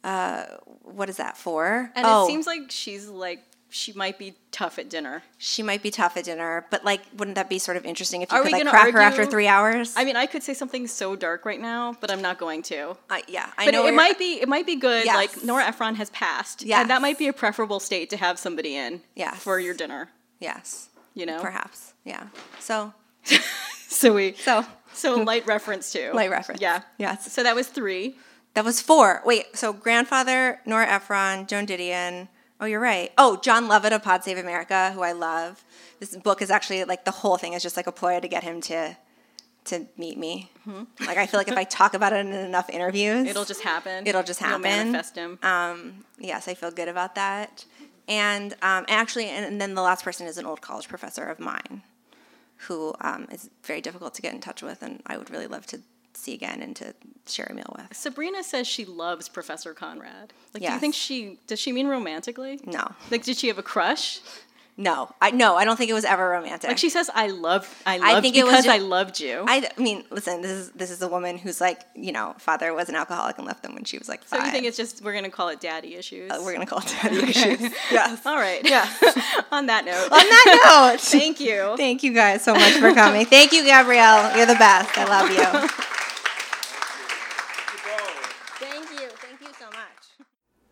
B: uh what is that for
C: And
B: oh
C: it seems like she's like, she might be tough at dinner.
B: she might be tough at dinner but like wouldn't that be sort of interesting if you
C: Are
B: could
C: we
B: like
C: gonna
B: crack her after
C: argue?
B: three hours
C: I mean, I could say something so dark right now, but I'm not going to.
B: Uh, yeah i
C: But
B: know
C: it, it
B: you're-
C: might be it might be good.
B: Yes.
C: Like Nora Ephron has passed,
B: Yes.
C: and that might be a preferable state to have somebody in
B: Yes.
C: for your dinner.
B: yes
C: You know,
B: perhaps yeah so
C: so we
B: so
C: so light reference to
B: Light reference.
C: Yeah,
B: Yes.
C: So that was three.
B: That was four. Wait, so grandfather, Nora Ephron, Joan Didion. Oh, you're right. Oh, John Lovett of Pod Save America, who I love. This book is actually like the whole thing is just like a ploy to get him to to meet me. Like I feel like if I talk about it in enough interviews,
C: Mm-hmm. It'll just happen.
B: It'll just happen. Um,
C: You'll manifest him.
B: yes, I feel good about that. And um, actually, and, and then the last person is an old college professor of mine, who um, is very difficult to get in touch with, and I would really love to see again and to share a meal with.
C: Sabrina says she loves Professor Conrad. Like, do you
B: Yes.
C: think she does? She mean romantically?
B: No,
C: Like, did she have a crush?
B: no, I no, I don't think it was ever romantic.
C: Like, she says, "I love, I loved
B: think it was
C: because
B: ju-
C: I loved you."
B: I, I mean, listen, this is this is a woman who's like, you know, father was an alcoholic and left them when she was like
C: so
B: five.
C: you think it's just we're gonna call it daddy issues?
B: Uh, we're gonna call it daddy issues. Yes.
C: All right. Yeah. On that note.
B: On that note,
C: Thank you.
B: thank you guys so much for coming. Thank you, Gabrielle. You're the best. I love you. Thank you. Thank you so much.